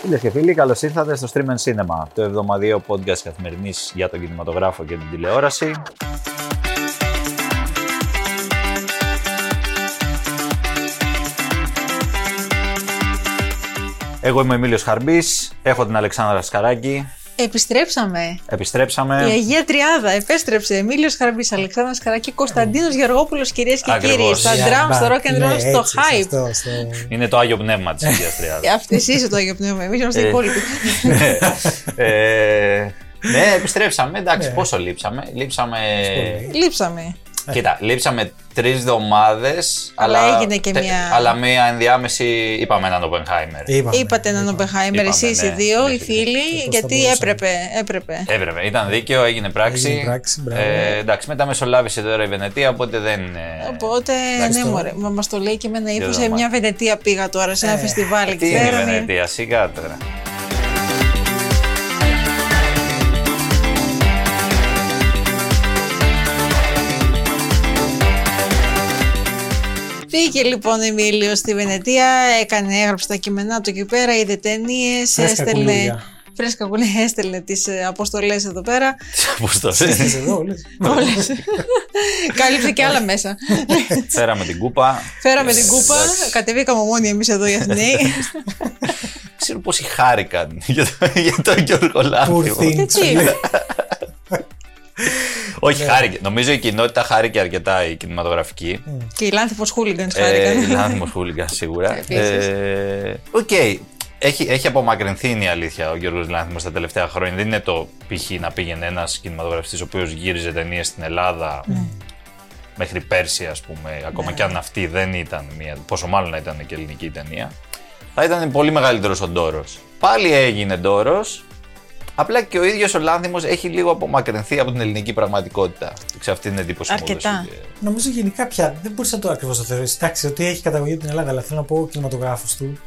Φίλε και φίλοι, καλώς ήρθατε στο Stream and Cinema, το εβδομαδιαίο podcast καθημερινής για τον κινηματογράφο και την τηλεόραση. Εγώ είμαι ο Εμίλιος Χαρμπής, έχω την Αλεξάνδρα Σκαράκη, Επιστρέψαμε. επιστρέψαμε. Η Αγία Τριάδα επέστρεψε. Εμίλιος Χαρμπής, Αλεξάνδρας Καρακή, Κωνσταντίνος Γεωργόπουλος, κυρίες και Ακριβώς. κύριοι. Στα Yeah, drums, στο rock and roll, στο hype. ναι, Αυτό, στο... Είναι το Άγιο Πνεύμα της Αγίας Τριάδας. Αυτή είσαι το Άγιο Πνεύμα. Εμείς είμαστε Ε. οι υπόλοιποι. Ναι. Ε, ναι, επιστρέψαμε. Εντάξει, πόσο λείψαμε. Λείψαμε. Πολύ. Λείψαμε. Ε. Κοίτα, λείψαμε τρεις εβδομάδες. Αλλά έγινε και μια- Αλλά μια ενδιάμεση. Είπαμε έναν Oppenheimer. Είπαμε. Είπατε έναν είπαμε. Οπεχάιμερ, Είπαμε, εσείς οι ναι. δύο, Ναι, οι φίλοι, πώς θα γιατί μπορούσαμε. έπρεπε. έπρεπε. Έπρεπε. Ήταν δίκαιο, έγινε πράξη. Έγινε πράξη, μπράβο. ε, εντάξει, μετά μεσολάβησε τώρα η Βενετία, οπότε δεν. είναι- Οπότε, ναι, εντάξει, το- μωρέ, μα μας το λέει και εμένα ύφο. Σε δεδομένα. μια Βενετία πήγα τώρα, σε ένα Ε, φεστιβάλ. Ε, Τι είναι η ξέρανε. Βενετία, σιγά τώρα. Πήγε λοιπόν ο Εμίλιο στη Βενετία, έκανε, έγραψε τα κείμενά του εκεί πέρα, είδε ταινίες, Φρέσκα έστελνε. κουλούρια. Φρέσκα κουλούρια, έστελνε τις αποστολές εδώ πέρα. Πώ το λες. Είσαι εδώ, λες. Όλες. Κάλυψε και άλλα μέσα. Φέραμε την κούπα. Φέραμε την κούπα, Εντάξει. κατεβήκαμε μόνοι εμείς εδώ οι Αθηναίοι. Ξέρω πόσοι χάρηκαν για το- για τον Γιώργο Poor Λάμπη. thing. Και τι. Όχι, Ναι. χάρηκε. Νομίζω η κοινότητα χάρηκε αρκετά η κινηματογραφική. Ε, Και οι λάνθιμος χούλιγκαν Ε, χάρηκαν. Λάνθιμος χούλιγκαν σίγουρα. Επίσης. Ε, Οκ. Έχει, έχει απομακρυνθεί είναι η αλήθεια ο Γιώργος Λάνθιμος τα τελευταία χρόνια. Δεν είναι το π.χ. να πήγαινε ένας κινηματογραφιστής ο οποίος γύριζε ταινίες στην Ελλάδα Ναι. μέχρι πέρσι ας πούμε. Ακόμα κι αν αυτή δεν ήταν μία, πόσο μάλλον να ήταν και ελληνική ταινία. Θα ήταν πολύ μεγαλύτερος ο ντόρος. Πάλι έγινε ντόρος, Απλά και ο ίδιος ο Λάνθιμος έχει λίγο απομακρυνθεί από την ελληνική πραγματικότητα. Ξέρω, αυτή είναι η εντύπωση που μου έδωσε. Αρκετά. Νομίζω γενικά πια δεν μπορείς να το ακριβώς το θεωρήσεις. Εντάξει, ότι έχει καταγωγή από την Ελλάδα, αλλά θέλω να πω ο κινηματογράφος του.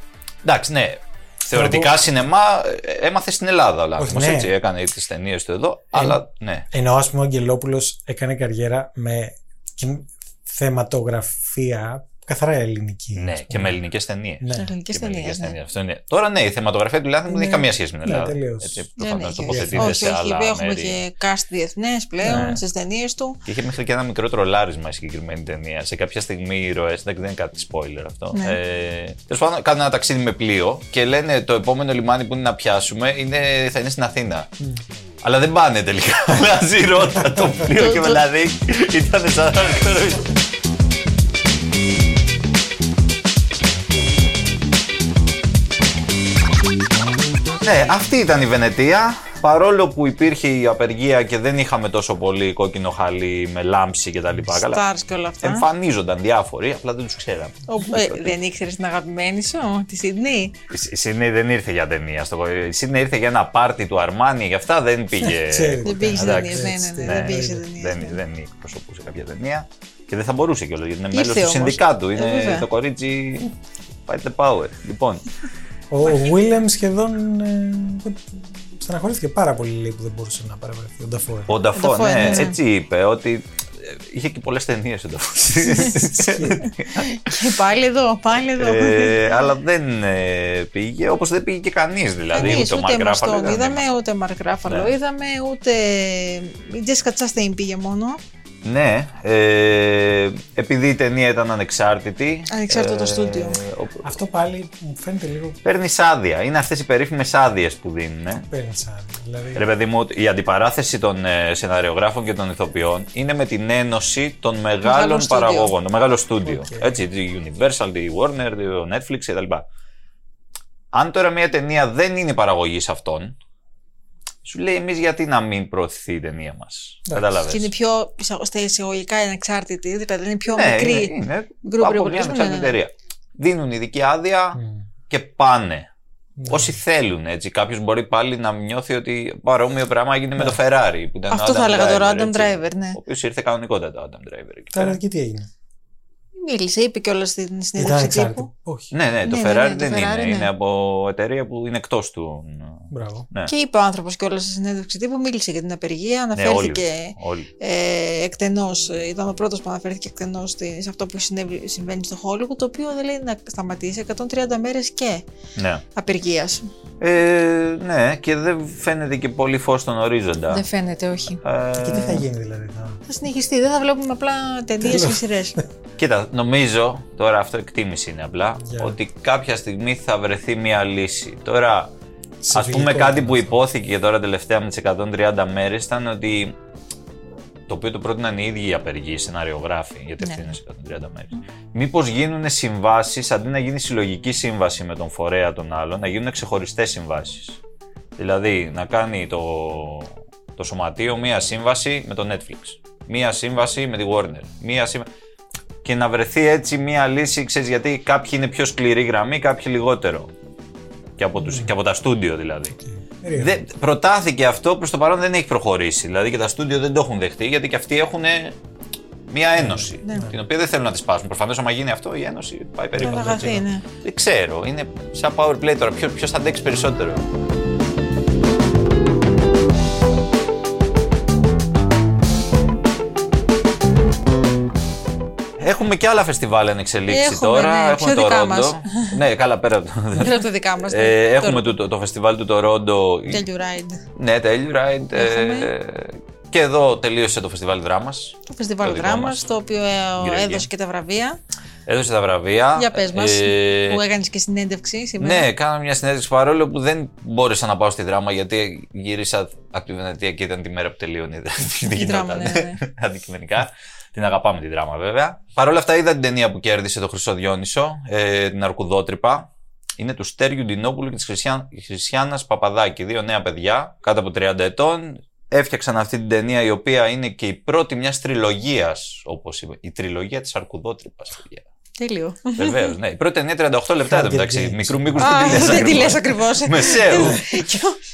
Εντάξει, ναι. Θεωρητικά σινεμά ε, έμαθε στην Ελλάδα ο Λάνθιμος, ναι. Ε, έτσι, έκανε τις ταινίες του εδώ, αλλά ναι. Ενώ ας πούμε ο Αγγελόπουλος έκανε καριέρα με κιν- θεματογραφία καθαρά ελληνική. Ναι, ας πούμε. και με ελληνικές ταινίες. Ναι. Ελληνικέ ταινίε. Αυτό είναι. Τώρα ναι, η θεματογραφία του Λάνθιμου δεν έχει Ναι. καμία σχέση με την Ναι, Ελλάδα. τελείως. έτσι, Ναι, ναι, προφανώς και- τοποθετείται όχι, σε όχι, άλλα έχουμε μέρη. και cast διεθνές Ναι. πλέον στις ταινίες του. Και είχε μέχρι και ένα μικρό τρολάρισμα η συγκεκριμένη ταινία. Σε κάποια στιγμή οι ροέ. Δεν είναι κάτι spoiler αυτό. Ναι. Ε, Τέλος πάντων, κάνουν ένα ταξίδι με πλοίο και λένε το επόμενο λιμάνι που είναι να πιάσουμε είναι, θα είναι στην Αθήνα. Αλλά δεν πάνε τελικά. Αλλάζει η ρότα το πλοίο και Το- το- δηλαδή ήταν σαν να ξέρω. Ναι, αυτή ήταν η Βενετία. Παρόλο που υπήρχε η απεργία και δεν είχαμε τόσο πολύ κόκκινο χαλί με λάμψη κτλ. Καλά. Stars και όλα αυτά. Εμφανίζονταν διάφοροι, απλά δεν τους ξέραμε. Ο- ε, Δεν ήξερες την αγαπημένη σου, τη Σιντνή. Η Σίνε δεν ήρθε για ταινία. στο- Η Σίνε ήρθε για ένα πάρτι του Αρμάνι, γι' αυτά δεν πήγε. Ξέρει. Δεν πήγε σε Εντάξει, ταινίε. Ναι, ναι, έτσι, ναι, ναι, δεν πήγε σε ταινίε. δεν, δεν εκπροσωπούσε κάποια ταινία και δεν θα μπορούσε κιόλας γιατί είναι μέλο Ήρθε του όμως. συνδικάτου. Ε, Είναι βέβαια. το κορίτσι. Fight the power. Λοιπόν, Ο Βίλεμ σχεδόν. ε, στεναχωρήθηκε πάρα πολύ λέει, που δεν μπορούσε να παραβρεθεί. Ο Νταφόρε. ο Νταφό, Νταφό, ναι, ναι. έτσι είπε ότι ε, είχε και πολλές ταινίες ο Νταφό. Και Ε, πάλι εδώ, πάλι εδώ. ε, αλλά δεν ε, πήγε, όπως δεν πήγε και κανείς δηλαδή. Κανείς, ο Mark ούτε μας Ruffalo τον ήταν, είδαμε, ναι. ούτε Μαρκ Ράφαλο Ναι. είδαμε, ούτε η Τζέσικα Τσάστεϊν πήγε μόνο. Ναι, ε, επειδή η ταινία ήταν ανεξάρτητη. ε, Ανεξάρτητο το στούντιο. ο- Αυτό πάλι μου φαίνεται λίγο Παίρνεις άδεια. Είναι αυτές οι περίφημες άδειες που δίνουν. ε. παίρνεις σαν. Δηλαδή, Ρε παιδί μου, η αντιπαράθεση των ε, σεναριογράφων και των ηθοποιών είναι με την ένωση των μεγάλων Μεγάλων στούντιο. παραγωγών, το μεγάλο στούντιο. Έτσι, τη Universal, τη Warner, το Netflix κτλ. Αν τώρα μια ταινία δεν είναι παραγωγή αυτών, σου λέει εμείς γιατί να μην προωθηθεί η ταινία μας. Κατάλαβε. Και είναι πιο εισαγω- στα εισαγωγικά ανεξάρτητη, δηλαδή είναι πιο ναι, μικρή. είναι, είναι γκρουπ από μια ρεπορτάζ, ναι, ανεξάρτητη ναι. εταιρεία. Δίνουν ειδική άδεια Ναι. Mm. και πάνε. Όσοι θέλουν, έτσι. Κάποιος μπορεί πάλι να νιώθει ότι παρόμοιο πράγμα έγινε με το Ferrari. Που ήταν ο Αυτό Adam θα έλεγα τώρα, Driver, Adam έτσι, Driver, ναι. Ο οποίος ήρθε κανονικότατα ο Adam Driver. εκεί πέρα. Τώρα και τι έγινε. Μίλησε, είπε κιόλας στην Ήταν συνέντευξη ανεξάρτητο. τύπου. Όχι. Ναι, ναι, το Ναι, ναι, Ferrari ναι, το δεν Ferrari, είναι. ναι. Είναι από εταιρεία που είναι εκτός του. Μπράβο. Ναι, Και είπε ο άνθρωπος κιόλας στη συνέντευξη τύπου, μίλησε για την απεργία, ναι όλοι. αναφέρθηκε. όλοι. Ε, εκτενώς, ε, ήταν ο πρώτος που αναφέρθηκε εκτενώς στη- σε αυτό που συνέβη- συμβαίνει στο Hollywood, το οποίο δεν λέει να σταματήσει 130 μέρες και Ναι. απεργίας. Ε, ναι, και δεν φαίνεται και πολύ φως στον ορίζοντα. Δεν φαίνεται, όχι. Ε, Και τι θα γίνει δηλαδή. θα- Θα συνεχιστεί, δεν θα βλέπουμε απλά ταινίες και σειρές. Κοίτα, νομίζω, τώρα αυτό εκτίμηση είναι απλά, Για. ότι κάποια στιγμή θα βρεθεί μια λύση. Τώρα, σε ας πούμε φιλικό κάτι που είμαστε. υπόθηκε τώρα τελευταία με τις 130 μέρες ήταν ότι το οποίο το πρότειναν οι ίδιοι οι απεργοί, οι σεναριογράφοι, γιατί αυτή Ναι. είναι σε 130 μέρες. Μήπως γίνουν συμβάσεις, αντί να γίνει συλλογική σύμβαση με τον φορέα των άλλων, να γίνουν ξεχωριστές συμβάσεις. Δηλαδή, να κάνει το, το σωματείο μία σύμβαση με το Netflix, μία σύμβαση με τη Warner, μία σύμβαση... Και να βρεθεί έτσι μία λύση, ξέρεις, γιατί κάποιοι είναι πιο σκληρή γραμμή, κάποιοι λιγότερο. Και από, Ναι. τους, και από τα στούντιο δηλαδή. Ε, Ρίχνω. Δεν, προτάθηκε αυτό, προς το παρόν δεν έχει προχωρήσει. Δηλαδή και τα στούντιο δεν το έχουν δεχτεί, γιατί και αυτοί έχουν μία ένωση. Ναι. Την οποία δεν θέλουν να τη σπάσουν. Προφανώς, άμα γίνει αυτό, η ένωση πάει περίπου. Θα χαθεί, ναι. Δεν ξέρω. Είναι σαν power play τώρα. Ποιο θα αντέξει περισσότερο. Έχουμε και άλλα φεστιβάλ εν εξελίξει Έχουμε, τώρα. ναι. Έχουμε Ποιο το δικά Ρόντο. μας? ναι, καλά, πέρα από το- Δεν από τα δικά ναι. μας. ε, έχουμε το, το, το φεστιβάλ του Τορόντο. Τέλειου ride. Ναι, τέλειο, right. Ε, Έχουμε. και εδώ τελείωσε το φεστιβάλ δράμας. Το το φεστιβάλ δικό δράμας, μας. το οποίο ε, Γεωργία. έδωσε και τα βραβεία. Έδωσε τα βραβεία. Για πες μας, Ε, που έκανες και συνέντευξη σήμερα. ναι, κάναμε μια συνέντευξη παρόλο που δεν μπόρεσα να πάω στη δράμα γιατί γύρισα από τη Βενετία και ήταν τη μέρα που τελείωνε. Η δράμα, ναι, ναι. Αντικειμενικά. Την αγαπάμε τη δράμα, βέβαια. Παρ' όλα αυτά, είδα την ταινία που κέρδισε το Χρυσό Διόνυσο, ε, την Αρκουδότρυπα. Είναι του Στέριου Ντινόπουλου και της Χριστιανά Παπαδάκη. Δύο νέα παιδιά, κάτω από 30 ετών. Έφτιαξαν αυτή την ταινία, η οποία είναι και η πρώτη μιας τριλογίας, όπως είπε. Η τριλογία της Αρκουδότρυπας, παιδιά. Τέλειο. Βεβαίως, ναι. Η πρώτη ταινία 38 λεπτά εδώ Hunger μεταξύ. Games. Μικρού μήκου Α, δεν τη δεν τη λε λες ακριβώς. Μεσαίου.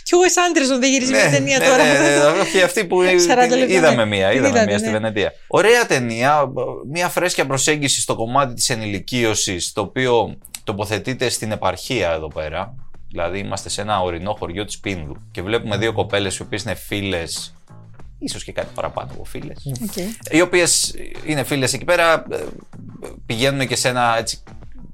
Κι ο Wes Anderson δεν γυρίζει μια ταινία τώρα. Ναι, ναι, όχι, αυτή που 40 λεπτά, είδαμε ναι. μία, είδαμε Την είδατε, μία στη ναι. Βενετία. Ωραία ταινία, μία φρέσκια προσέγγιση στο κομμάτι της ενηλικίωσης, το οποίο τοποθετείται στην επαρχία εδώ πέρα. Δηλαδή είμαστε σε ένα ορεινό χωριό της Πίνδου και βλέπουμε δύο κοπέλες οι οποίες είναι φίλες, ίσως και κάτι παραπάνω από φίλες, Οκ. οι οποίες είναι φίλες εκεί πέρα, ε, πηγαίνουν και σε ένα έτσι.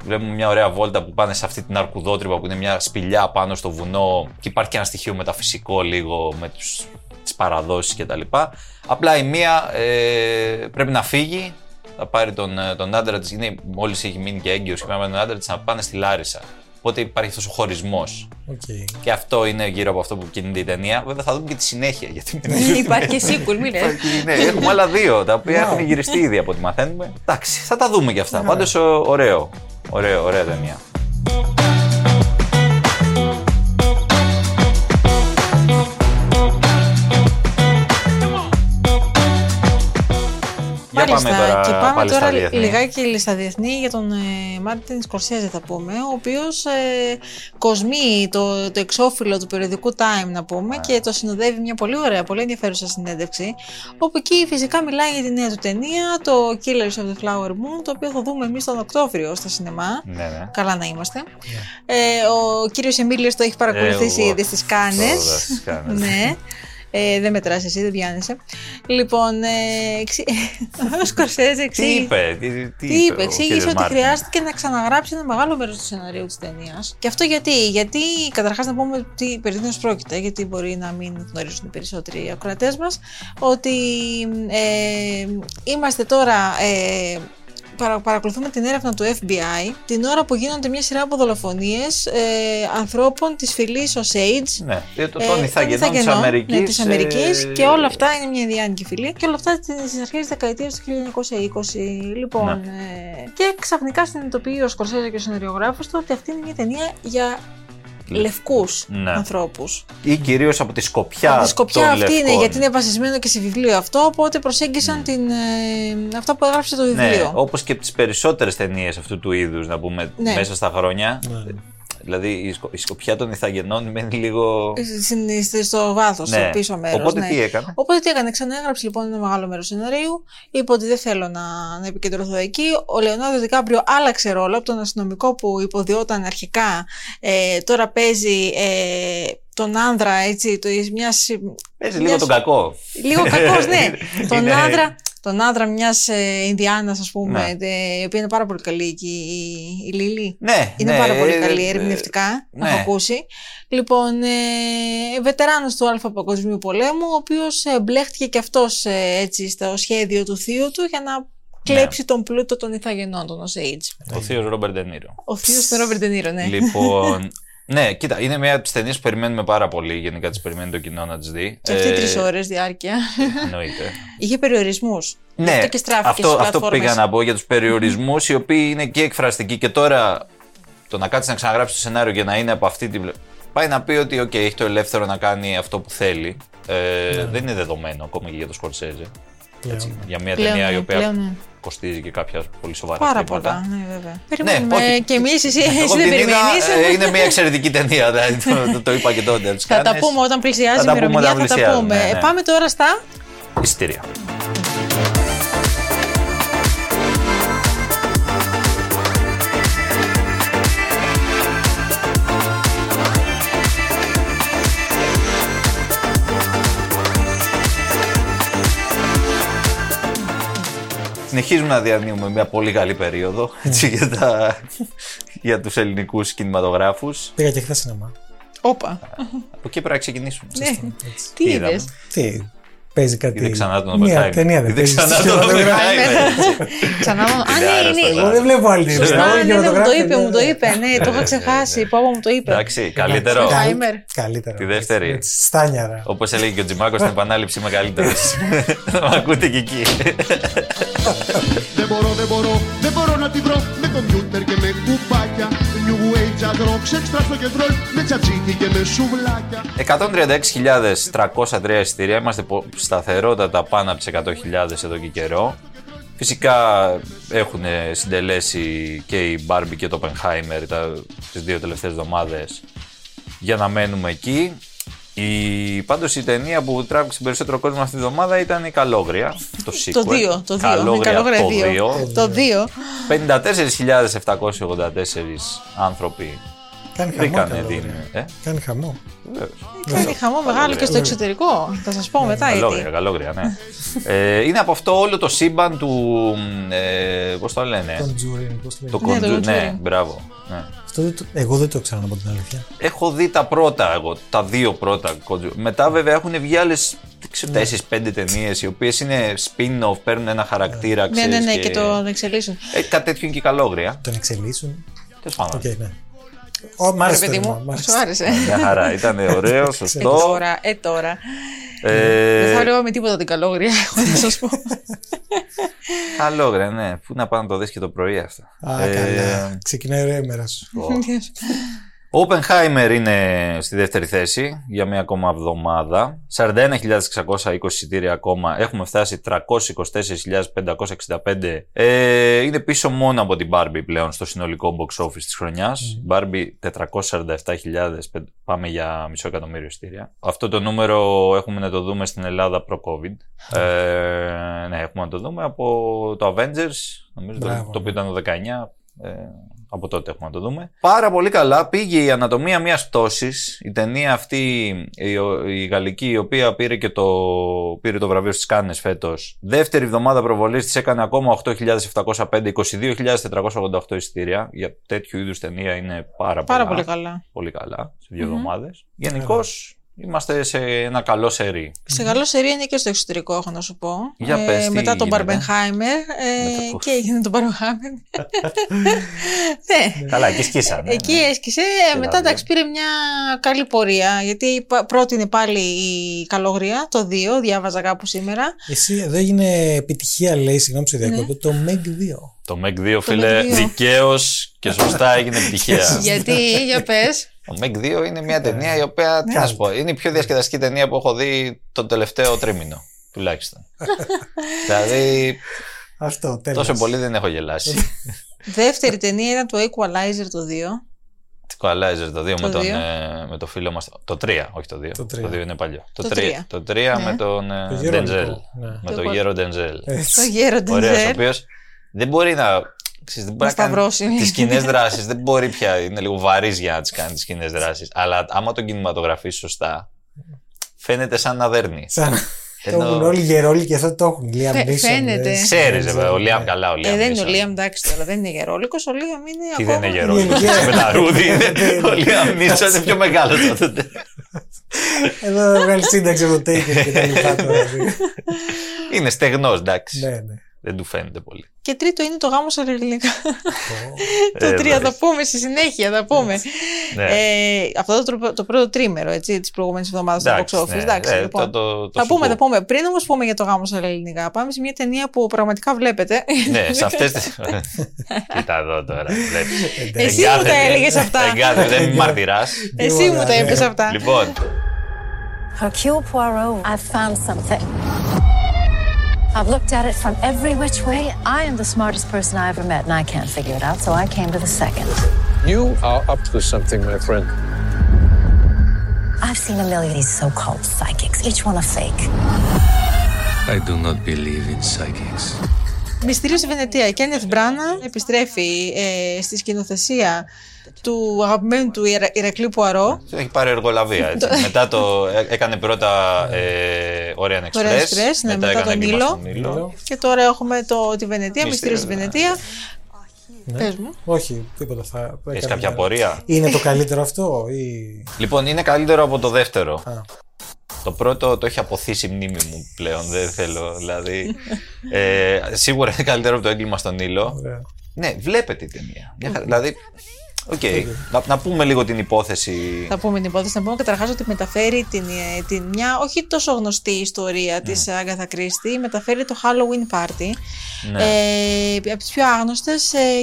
Βλέπουμε μια ωραία βόλτα που πάνε σε αυτή την αρκουδότρυπα που είναι μια σπηλιά πάνω στο βουνό και υπάρχει και ένα στοιχείο μεταφυσικό λίγο με τους, τις παραδόσεις και τα λοιπά. Απλά η μία ε, πρέπει να φύγει, θα πάρει τον, ε, τον άντρα της, είναι, μόλις έχει μείνει και έγκυος και πάει με τον άντρα της να πάνε στη Λάρισα. Οπότε υπάρχει αυτός ο χωρισμός. Οκ. Και αυτό είναι γύρω από αυτό που κινείται η ταινία. Βέβαια θα δούμε και τη συνέχεια γιατί Υπάρχει και sequel, μην λες. ναι, έχουμε άλλα δύο τα οποία Wow. έχουν γυριστεί ήδη από ό,τι μαθαίνουμε. Εντάξει, θα τα δούμε κι αυτά. Ναι. Πάντως Πάντω ωραίο. Ωραίο, ωραία ταινία. Για πάμε Μάλιστα. τώρα, και πάμε πάλι τώρα στα διεθνή. λιγάκι στα διεθνή για τον ε, Μάρτιν Σκορσέζε θα πούμε, ο οποίος ε, κοσμεί το, το εξώφυλλο του περιοδικού Time να Ναι. πούμε και το συνοδεύει μια πολύ ωραία, πολύ ενδιαφέρουσα συνέντευξη όπου εκεί φυσικά μιλάει για τη νέα του ταινία, το Killers of the Flower Moon, το οποίο θα δούμε εμείς τον Οκτώβριο στα σινεμά. Ναι, ναι. Καλά να είμαστε. Ε, ο κύριος Εμίλιος το έχει παρακολουθήσει Εγώ ήδη στις Κάνες. Ε, τώρα στις Κάνες. ναι. Ε, δεν μετράς εσύ, δεν πιάνεσαι. Λοιπόν, ε, εξή- ο Σκορσέζε Τι εξήγησε... είπε, τι, τι Τι είπε, ο κύριος εξήγησε ότι Μάρτιν. χρειάστηκε να ξαναγράψει ένα μεγάλο μέρος του σενάριου της ταινίας. Και αυτό γιατί, γιατί καταρχάς να πούμε τι περί τίνος πρόκειται, γιατί μπορεί να μην γνωρίζουν οι περισσότεροι ακροατές μας, ότι ε, είμαστε τώρα. Ε, παρα- παρακολουθούμε την έρευνα του FBI την ώρα που γίνονται μια σειρά από δολοφονίες ε, ανθρώπων της φυλής Osage Ναι, το ε, των Ιθαγενών της Ιθαγενών, Αμερικής. ναι, της Αμερικής ε, και όλα αυτά είναι μια Ινδιάνικη φυλή. Και όλα αυτά στις αρχές της δεκαετίας του 1920. Λοιπόν. Ναι. ε, και ξαφνικά συνειδητοποιεί ο Σκορσέζο και ο σενεριογράφος του ότι αυτή είναι μια ταινία για λευκούς Ναι. ανθρώπους. Ή κυρίως από τη σκοπιά. Από τη σκοπιά των αυτή είναι, λευκών. γιατί είναι βασισμένο και σε βιβλίο αυτό. Οπότε προσέγγισαν την, ε, αυτά που έγραψε το βιβλίο. Ναι, όπως και τις περισσότερες ταινίες αυτού του είδους, να πούμε, Ναι. μέσα στα χρόνια. Ναι. Δηλαδή η, σκο- η σκοπιά των Ιθαγενών μένει λίγο... Συν- Ε, Στο βάθος, Ναι. στο πίσω μέρος. Οπότε τι έκανε. Οπότε τι έκανε, ξαναέγραψε λοιπόν ένα μεγάλο μέρος σενάριου. Είπε ότι δεν θέλω να, να επικεντρωθώ εκεί. Ο Λεωνάρδο Δικάμπριο άλλαξε ρόλο από τον αστυνομικό που υποδιόταν αρχικά. Ε, τώρα παίζει ε, τον άνδρα, έτσι, το, μιας, Παίζει μιας- λίγο τον κακό. Λίγο κακός, ναι. τον Είναι- άνδρα. τον άντρα μιας ε, Ινδιάνας, ας πούμε, Ναι. τε- η οποία είναι πάρα πολύ καλή εκεί, η, η Λίλη. Ναι, Είναι ναι, πάρα πολύ ε, καλή ε, ερμηνευτικά, να ναι. έχω ακούσει. Λοιπόν, ε, βετεράνος του Α Παγκοσμίου Πολέμου, ο οποίος ε, μπλέχτηκε και αυτός ε, έτσι στο σχέδιο του θείου του για Ναι. να κλέψει τον πλούτο των Ιθαγενών, τον Osage. ε, Ο Ναι. θείος Ρόμπερτ Ντενίρο. Ο θείος του Ρόμπερτ Ντενίρο, ναι. Λοιπόν. Ναι, κοίτα, είναι μια από τι ταινίε που περιμένουμε πάρα πολύ. Γενικά τι περιμένει το κοινό να τι δει. Και αυτή Ε, τρεις ώρες διάρκεια. Εννοείται. Είχε περιορισμούς. Ναι, αυτό και στράφηκε αυτό, στις αυτό που πήγα πλατφόρμες. να πω για τους περιορισμούς, οι οποίοι είναι και εκφραστικοί. Και τώρα το να κάτσει να ξαναγράψει το σενάριο και να είναι από αυτή την. πλε- Πάει να πει ότι οκ, έχει το ελεύθερο να κάνει αυτό που θέλει. Ε, Ναι. Δεν είναι δεδομένο ακόμα και για το Σκορσέζε. πλέον. Για μια Πλέον, ταινία η ναι, οποία πλέον, ναι. κοστίζει και κάποια πολύ σοβαρά Πάρα χρήματα. πολλά, ναι, βέβαια. Περιμένουμε όχι. και εμείς, εσύ, Εγώ εσύ δεν την είδα, ε, περιμένει. είναι μια εξαιρετική ταινία. δηλαδή, το, το, το είπα και τότε. τους Θα τα κάνες. πούμε όταν Θα πλησιάζει η τα πούμε ημερομηνία, όταν θα τα πλησιάζουν, πούμε. ναι, ναι. Ε, Πάμε τώρα στα. Εισιτήρια. Συνεχίζουμε να διανύουμε μια πολύ καλή περίοδο έτσι, για, τα, για τους ελληνικούς κινηματογράφους. Πήγα και χθες σινεμά. Όπα. Από εκεί πρέπει να ξεκινήσουμε. Ναι. Έτσι. Τι είδαμε. είδες. Τι, παίζει κάτι. Είδε ξανά τον Μια Oppenheimer. ταινία δεν Είδε παίζει. ξανά τον Oppenheimer. Ξανά μου. Α, Είναι ναι, άρρωστος, ναι. άρρωστος. Εγώ δεν βλέπω άλλη ταινία. Σωστά, ναι, ναι, Βλέπω μου το κινηματογράφη, είπε, μου το ναι. είπε. Ναι, το είχα ξεχάσει. Η Πάπα μου το είπε. Εντάξει, Ε, καλύτερο. Καλά. Καλ- Oppenheimer. Καλύτερο. Τη δεύτερη. Έτσι, Στάνιαρα. Όπως έλεγε και ο Τζιμάκος, στην επανάληψη είμαι καλύτερος. Θα με ακούτε και εκεί. Δεν μπορώ, δεν μπορώ, δεν μπορώ να τη βρω Με κομπιούτερ και με κουπάκια New Age Adrox, έξτρα στο κεντρό Με τσατσίκι και με σουβλάκια 136.303 εισιτήρια. Είμαστε πο- σταθερότατα πάνω από τις 100.000 εδώ και καιρό. Φυσικά έχουν συντελέσει και η Barbie και το Oppenheimer τα, τις δύο τελευταίες εβδομάδες για να μένουμε εκεί. Η, πάντως η ταινία που τράβηξε περισσότερο κόσμο αυτή τη εβδομάδα ήταν η Καλόγρια, το sequel. Το 2. Το 2. Καλόγρια, το 2. Το 2. 54.784 άνθρωποι Κάνει χαμό. βρήκανε καλό, την. ρε. Ε, Κάνει χαμό. Κάνει Ε, Ναι. χαμό μεγάλο και στο εξωτερικό. Θα σας πω μετά καλόγρια, γιατί. καλόγρια, ε, ναι. ε, είναι από αυτό όλο το σύμπαν του. Ε, Πώς το λένε, Τον Τζούριν, πώς το το λέει. Ναι, το κοντζού. Ναι, Conjuring. μπράβο. Ναι. Αυτό δεν το- Εγώ δεν το ξέρω να πω την αλήθεια. Έχω δει τα πρώτα εγώ, τα δύο πρώτα κοντζού. Μετά βέβαια έχουν βγει άλλες Ναι. 4-5 ταινίες οι οποίες είναι spin-off, παίρνουν ένα χαρακτήρα Ναι, ναι, ξέρεις, ναι, και τον εξελίσσουν. Ε, κάτι τέτοιο είναι και η καλόγρια. Τον εξελίσσουν. Τέλος πάντων. Οκ, ναι. Ω, Μ' Ρε άρεσε το παιδί όνομα, μ' μου, άρεσε. σου άρεσε. Μια χαρά, ήταν ωραίο, Ε σωστό. τώρα, ε τώρα. Ε, Δεν θα λέω με τίποτα την καλόγρια, έχω να σας πω. Καλό γρε, ναι. Πού να πάω να το δεις και το πρωί Ε, αυτό. Α, καλά. Ξεκινάει ωραία η μέρα σου. Oppenheimer είναι στη δεύτερη θέση για μία ακόμα εβδομάδα. 41.620 εισιτήρια ακόμα. Έχουμε φτάσει 324.565. Ε, είναι πίσω μόνο από την Barbie πλέον στο συνολικό box office της χρονιάς. Barbie 447.000. Πε- Πάμε για μισό εκατομμύριο εισιτήρια. Αυτό το νούμερο έχουμε να το δούμε στην Ελλάδα προ-COVID. Ε, ναι, έχουμε να το δούμε από το Avengers, νομίζω το, Μπράβο. το οποίο ήταν το 19. Ε, από τότε έχουμε να το δούμε. Πάρα πολύ καλά πήγε η ανατομία μιας πτώσης. Η ταινία αυτή, η, η γαλλική, η οποία πήρε και το, πήρε το βραβείο στις Κάννες φέτος. Δεύτερη εβδομάδα προβολής της έκανε ακόμα 8.705, 22.488 εισιτήρια. Για τέτοιου είδους ταινία είναι πάρα, Πάρα πολλά. πολύ καλά. Πολύ καλά, σε δυο Μμμ. εβδομάδες. Γενικώς είμαστε σε ένα καλό σερί. Σε καλό σερία είναι και στο εξωτερικό, έχω να σου πω. Ε, Για πες, τι μετά τον γίνεται. Μπαρμπενχάιμερ. Μετά το- και έγινε τον Μπαρμπενχάιμερ. ναι. Καλά, εκεί σκίσανε. Εκεί ναι. έσκησε, Ε, μετά Φιλανδία. εντάξει πήρε μια καλή πορεία, γιατί πα- πρώτη είναι πάλι η Καλόγρια, το 2, διάβαζα κάπου σήμερα. Εσύ εδώ έγινε επιτυχία, λέει, συγγνώμη σε διακόπτω, το Ναι. MEG 2. Το MEC 2, φίλε, MEC 2. δικαίως και σωστά έγινε επιτυχία. γιατί, για πες. Το MEC 2 είναι μια ταινία η οποία, τι να σου πω, είναι η πιο διασκεδαστική ταινία που έχω δει το τελευταίο τρίμηνο, τουλάχιστον. δηλαδή, Αυτό, τέλος. τόσο πολύ δεν έχω γελάσει. Δεύτερη ταινία ήταν το Equalizer το 2. Τι Equalizer το 2 Το με, τον, δύο. ε, με το φίλο μας, το 3, όχι το 2, το Το τρία. 2 είναι παλιό. Το τρία- τρία. το 3 Ναι. με τον ε, Το γέρο, Ε, Denzel, λοιπόν. Ναι. με Το τον υπο- γέρο Denzel. Το Έτσι. γέροντα Ωραίος, ο Ζερ. οποίος δεν μπορεί να. Ξέρεις, δεν μπορεί να, σταυρώσει. κάνει τις κοινές δράσεις. Δεν μπορεί πια. Είναι λίγο βαρύς για να τις κάνει τις κοινές δράσεις. Αλλά άμα τον κινηματογραφείς σωστά, φαίνεται σαν να δέρνει. Σαν Το έχουν όλοι γερόλοι και αυτό το έχουν. Liam Φε- Neeson. ε, φαίνεται. δεν- Ξέρει, δεν βέβαια, ο Λιάμ ναι. καλά. Ο Ε, Λιάμ δεν είναι ο Νίσον. Λίαμ, εντάξει τώρα, δεν είναι γερόλικος. Ο Λίαμ είναι Τι ακόμα. δεν είναι γερό. γενικά. Με τα ρούδι είναι. Ο Λιάμ Νίσον είναι πιο μεγάλος. Ε, Εδώ θα βγάλει σύνταξη από το Taken και τα λοιπά τώρα. Είναι στεγνός, εντάξει. ναι, ναι. Δεν του φαίνεται πολύ. Και τρίτο είναι το γάμο σε ελληνικά. Πω. Ε, το τρία εντάξει. θα πούμε στη συνέχεια, θα πούμε. Ναι. Ε, αυτό το, τροπο- το πρώτο τρίμερο έτσι, της προηγούμενης εβδομάδας στο box Εντάξει, office. ναι, εντάξει, ε, λοιπόν. το- το- το θα σου πούμε, πω. θα πούμε. Πριν όμως πούμε για το γάμο σε ελληνικά, πάμε σε μια ταινία που πραγματικά βλέπετε. Ναι, σε αυτές τις. Κοίτα εδώ τώρα. βλέπεις. Εσύ μου Εγκάθεται. τα έλεγες αυτά. Εγκάθεται, δεν μαρτυράς. Εσύ μου τα έπες αυτά. Λοιπόν, Hercule Poirot, I've found something. I've looked at it from every which way. I am the smartest person I ever met, and I can't figure it out, so I came to the second. You are up to something, my friend. I've seen a million of these so called psychics, each one a fake. I do not believe in psychics. Μυστήριο στη Βενετία. Κένεθ Μπράνα επιστρέφει ε, στη σκηνοθεσία του αγαπημένου του Ιερα- Ηρακλή Πουαρό. έχει πάρει εργολαβία. έτσι. Μετά το ε, έκανε πρώτα ε, Orient Orient Express. Express, ναι, μετά έκανε τον Έγκλημα Νείλο. στον Νείλο. Και τώρα έχουμε το, τη Βενετία, Μυστήριο μυστήριος στη στη Βενετία. Πες μου. Όχι, τίποτα θα. Έχει έκανα κάποια μια- απορία. Είναι το καλύτερο αυτό ή. Λοιπόν, είναι καλύτερο από το δεύτερο. Α. Το πρώτο το έχει αποθήσει η μνήμη μου πλέον, δεν θέλω. Δηλαδή, ε, σίγουρα είναι καλύτερο από το έγκλημα στον ήλιο. Ωραία. Ναι, βλέπετε την ταινία. Μια χαρά. Δηλαδή, οκ, να, να πούμε λίγο την υπόθεση. Θα πούμε την υπόθεση. Να πούμε καταρχάς ότι μεταφέρει την, ε, την μια όχι τόσο γνωστή Ναι. ιστορία της Άγκαθα Κρίστη. Μεταφέρει το Halloween Party. Ναι. Ε, από τις πιο άγνωστες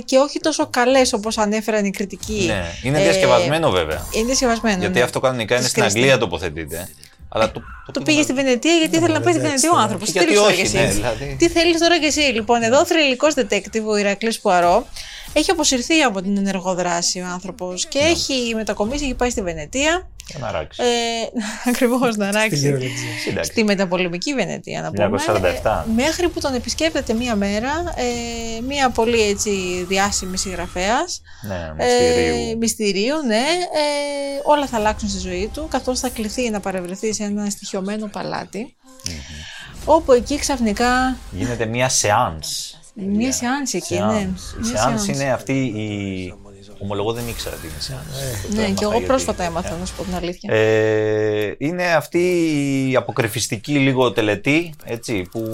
και όχι τόσο καλές όπως ανέφεραν οι κριτικοί. Ναι. Είναι Ε, διασκευασμένο βέβαια. Είναι διασκευασμένο. Γιατί ναι. αυτό κανονικά είναι Της στην Κρίστη. Αγγλία τοποθετείται. Αλλά το, Το πήγε στη Βενετία γιατί ήθελε να πάει στη Βενετία ο άνθρωπο. Ναι, Γιατί όχι, ναι, δηλαδή. Τι θέλεις τώρα κι εσύ, λοιπόν. Εδώ ο θρηλυκός detective, ο Ηρακλής Πουαρό, έχει αποσυρθεί από την ενεργοδράση ο άνθρωπος και Ναι. έχει μετακομίσει, έχει πάει στη Βενετία. Για να ράξει. Ε, Ακριβώς να Τι ράξει. γυρολεξία. Εντάξει. Στη μεταπολεμική Βενετία, να πούμε. 1947. Ε, Μέχρι που τον επισκέπτεται μία μέρα ε, μία πολύ έτσι διάσημη συγγραφέας Ναι, ε, μυστηρίου. μυστηρίου, ναι. Ε, όλα θα αλλάξουν στη ζωή του, καθώς θα κληθεί να παρευρεθεί σε ένα στοιχειωμένο παλάτι, Όπου εκεί ξαφνικά. Γίνεται μια σεάνς. Μία σεάνση εκεί, ναι. Σεάνς. Η Μία σεάνς σεάνς. είναι αυτή η... Ομολογώ δεν ήξερα τι είναι σεάνς. Το Ναι, έμαθα και εγώ γιατί- πρόσφατα έμαθα, να σου πω την αλήθεια. Ε, είναι αυτή η αποκρυφιστική λίγο τελετή, έτσι, που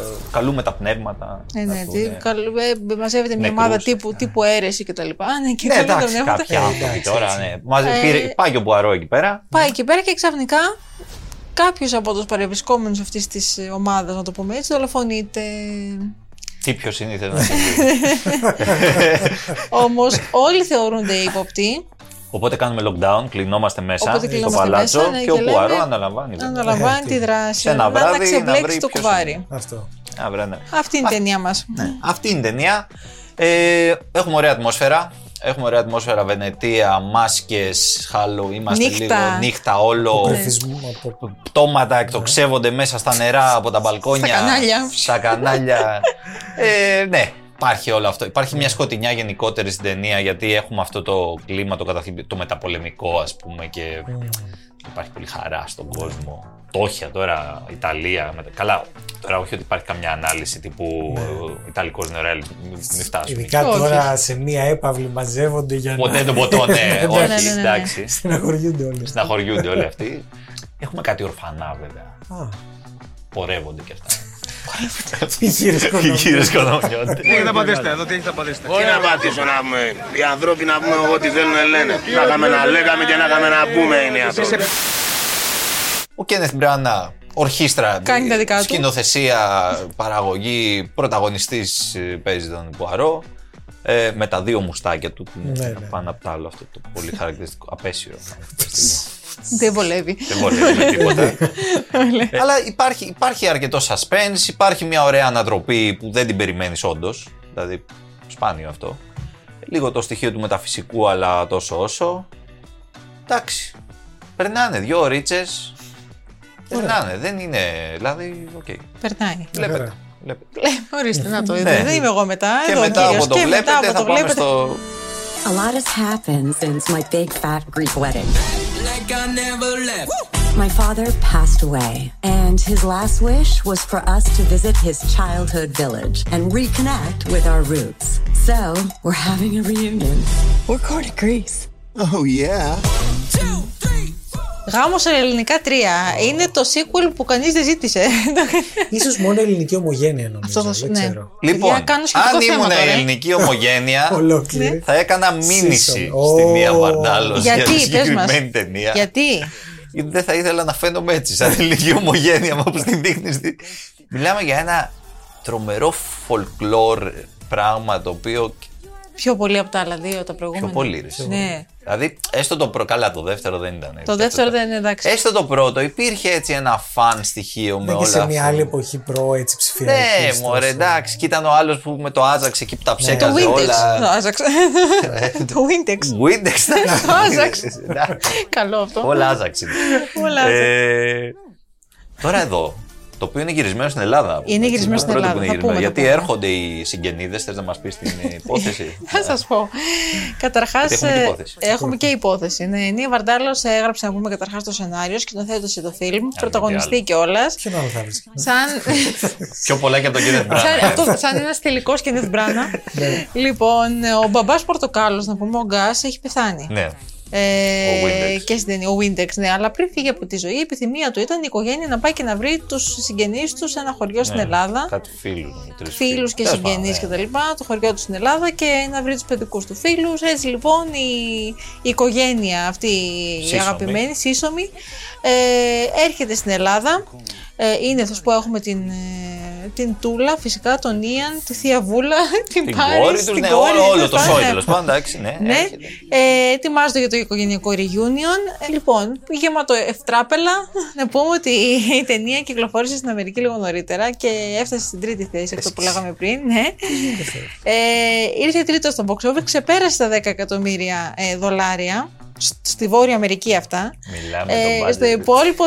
ε, καλούμε τα πνεύματα. Ναι, να ναι, του- τι- καλ- ε, μαζεύεται μια Νεκρούς, ομάδα τύπου, τύπου αίρεση κτλ. Ναι, και Ναι, καλούν τα εντάξει, πνεύματα. κάποιοι άνθρωποι εντάξει, τώρα, έτσι. ναι. Μάζε- Ε, πήρε- Πάει και ο Μπουαρό εκεί πέρα. Πάει εκεί πέρα και ξαφνικά κάποιος από τους παρευρισκόμενους αυτής της ομάδας, ε, να το πούμε έτσι, δολοφονείται. Τι πιο συνήθως να συμβεί. Όμως όλοι θεωρούνται Ε, ύποπτοι. Οπότε κάνουμε lockdown, κλεινόμαστε μέσα Οπότε στο κλεινόμαστε παλάτσο μέσα, ναι, και ο και Πουαρό λέμε- αναλαμβάνει. βέβαια. Ε, Αναλαμβάνει τη δράση. Σε ένα να- βράδυ, να να ξεμπλέξει βρει το ποιος είναι. κουβάρι. Αυτό. Α, ναι. βρε, ναι. Αυτή είναι η ταινία μας. Αυτή είναι η ταινία. Ε, έχουμε ωραία ατμόσφαιρα. Έχουμε ωραία ατμόσφαιρα, Βενετία, μάσκες, χάλο, είμαστε Νύχτα. λίγο νύχτα όλο. Κρυφισμό από. Πτώματα εκτοξεύονται μέσα στα νερά από τα μπαλκόνια. Στα κανάλια. Στα κανάλια. ε, ναι, υπάρχει όλο αυτό. Υπάρχει μια σκοτεινιά γενικότερη στην ταινία γιατί έχουμε αυτό το κλίμα, το, καταθλιπ- το μεταπολεμικό ας πούμε και Mm. υπάρχει πολύ χαρά στον κόσμο. Τόχια τώρα, Ιταλία. μετα- Καλά, τώρα όχι ότι υπάρχει καμιά ανάλυση τύπου Ναι. ε, Ιταλικός νεορεαλισμός, μην μην φτάσουμε. Ειδικά Όχι. τώρα σε μία έπαυλη μαζεύονται για Ποτέ να τον ποτό, ναι, Ναι, ναι, όχι, ναι, ναι. εντάξει. στεναχωριούνται όλοι. Συναχωριούνται όλοι αυτοί. Έχουμε κάτι ορφανά βέβαια. Α, Πορεύονται κι αυτά. οι γύρες Οι κοντά. γύρες οικονομιώνται. θα πατήσετε εδώ, τι έχει να πατήσετε. Όχι να πατήσω να πούμε. Οι άνθρωποι να πούμε ό,τι θέλουν λένε. Να είχαμε να λέγαμε και να είχαμε να πούμε είναι οι άνθρωποι. Ο Κένεθ Μπράνα, ορχήστρα, Κάνει τα δικά του. σκηνοθεσία, παραγωγή, πρωταγωνιστής ε, παίζει τον Πουαρό. Ε, με τα δύο μουστάκια του που είναι Ναι, ναι. πάνω απ' τα άλλο αυτό το πολύ χαρακτηριστικό. Απέσιο. Δεν βολεύει. Δεν μπορεί να είναι τίποτα. Ε, Αλλά υπάρχει, υπάρχει αρκετό suspense, υπάρχει μια ωραία ανατροπή που δεν την περιμένεις όντως. Δηλαδή, σπάνιο αυτό. Λίγο το στοιχείο του μεταφυσικού, αλλά τόσο όσο. Εντάξει. Περνάνε δύο ρίτσε. Περνάνε. Δεν είναι. Δηλαδή, οκ. Περνάει. Ε, Βλέπετε. Ωραία. βλέπετε. Ορίστε, να το Ναι. είδα. Δεν είμαι εγώ μετά. Και εδώ ο μετά από κύριος. το Και μετά βλέπετε, από θα το πάμε βλέπετε. στο. A lot has happened since my big fat Greek wedding. My father passed away, and his last wish was for us to visit his childhood village and reconnect with our roots. So, we're having a reunion. We're going to Greece. Oh, yeah. Γάμος σε ελληνικά τρία. Είναι το sequel που κανείς δεν ζήτησε. Ίσως μόνο ελληνική ομογένεια νομίζω. Αυτό θα σου- δεν ναι. ξέρω. Λοιπόν, Παιδιά, κάνω σχετικό αν θέμα ήμουν τώρα, ε. ελληνική ομογένεια, Ολόκληρη. θα έκανα μήνυση Σύσσωμο. στη Μία Ω. Βαρδάλο για τη Γιατί, πες μας. συγκεκριμένη ταινία. Γιατί. Γιατί δεν θα ήθελα να φαίνομαι έτσι, σαν ελληνική ομογένεια μου, όπως την δείχνεις. Μιλάμε για ένα τρομερό folklore πράγμα το οποίο Πιο πολύ από τα άλλα δύο τα προηγούμενα. πιο πολύ ρε, εσύ. Ναι. Δηλαδή, έστω το πρώτο. Καλά, το δεύτερο δεν ήταν. έτσι, Το δεύτερο αυτό. δεν είναι εντάξει. Έστω το πρώτο, υπήρχε έτσι ένα φαν στοιχείο με Ναι, όλα. και σε μια αυτά. άλλη εποχή προ έτσι ψηφιακή. Ναι, μωρέ, εντάξει. Και ήταν ο άλλος που με το άζαξε εκεί που Ναι. τα Το ψέκαζε Windex. Το όλα. Ε, άζαξα. Το Windex. Windex ήταν. Το άζαξε. Εντάξει, Καλό αυτό. Όλα άζαξε. Όλα άζαξε. Ε, Τώρα εδώ, το οποίο είναι γυρισμένο στην Ελλάδα. Είναι γυρισμένο στην Το πρώτο Ελλάδα, που θα είναι πούμε, γυρισμένο. θα Γιατί έρχονται πούμε. οι συγγενείδε, θες να μας πεις την υπόθεση. Θα σας πω. Καταρχάς, Γιατί έχουμε και υπόθεση. έχουμε και υπόθεση. Ναι, η Νία Βαρδάλο έγραψε να πούμε καταρχάς το σενάριο, σκηνοθέτησε το φιλμ, πρωταγωνιστή κιόλας. Ποιον άλλο θα βρεις. Σαν, Ε, Πιο πολλά και από τον κύριο Μπράνα. σαν, αυτό, σαν ένας τελικός και δεν μπράνα. Ναι. λοιπόν, ο μπαμπάς Πορτοκάλος, να πούμε, ο Γκάς, έχει πεθάνει. Ναι. Ο Ε, Windex. και στην ταινία, ο Windex, ναι. Αλλά πριν φύγει από τη ζωή, η επιθυμία του ήταν η οικογένεια να πάει και να βρει τους συγγενείς τους σε ένα χωριό Ναι, στην Ελλάδα. Κάτι φίλους. Φίλου και συγγενεί και τα ναι. λοιπά, το χωριό του στην Ελλάδα και να βρει τους παιδικούς του φίλους. Έτσι λοιπόν η, η οικογένεια αυτή η Σύσσωμη. αγαπημένη, σύσσωμη, ε, έρχεται στην Ελλάδα. Ε, είναι, θα σου πω, έχουμε την, ε, την Τούλα, φυσικά τον Ιαν, τη Θεία Βούλα, την, Την Πάρη, κόρη τους, ναι, όλο, όλο το σόι τέλος πάντων. Εντάξει, ναι. Ναι, έρχεται. ε, ετοιμάζονται για το οικογενειακό reunion. Ε, λοιπόν, γεμάτο ευτράπελα. Να πούμε ότι η ταινία κυκλοφόρησε στην Αμερική λίγο νωρίτερα και έφτασε στην τρίτη θέση, αυτό που λέγαμε πριν. Ναι. Ε, ήρθε τρίτο στο box office, ξεπέρασε τα 10 εκατομμύρια ε, δολάρια. σ- Στη Βόρεια Αμερική αυτά. Μιλάμε τον Ε, budget. στο υπόλοιπο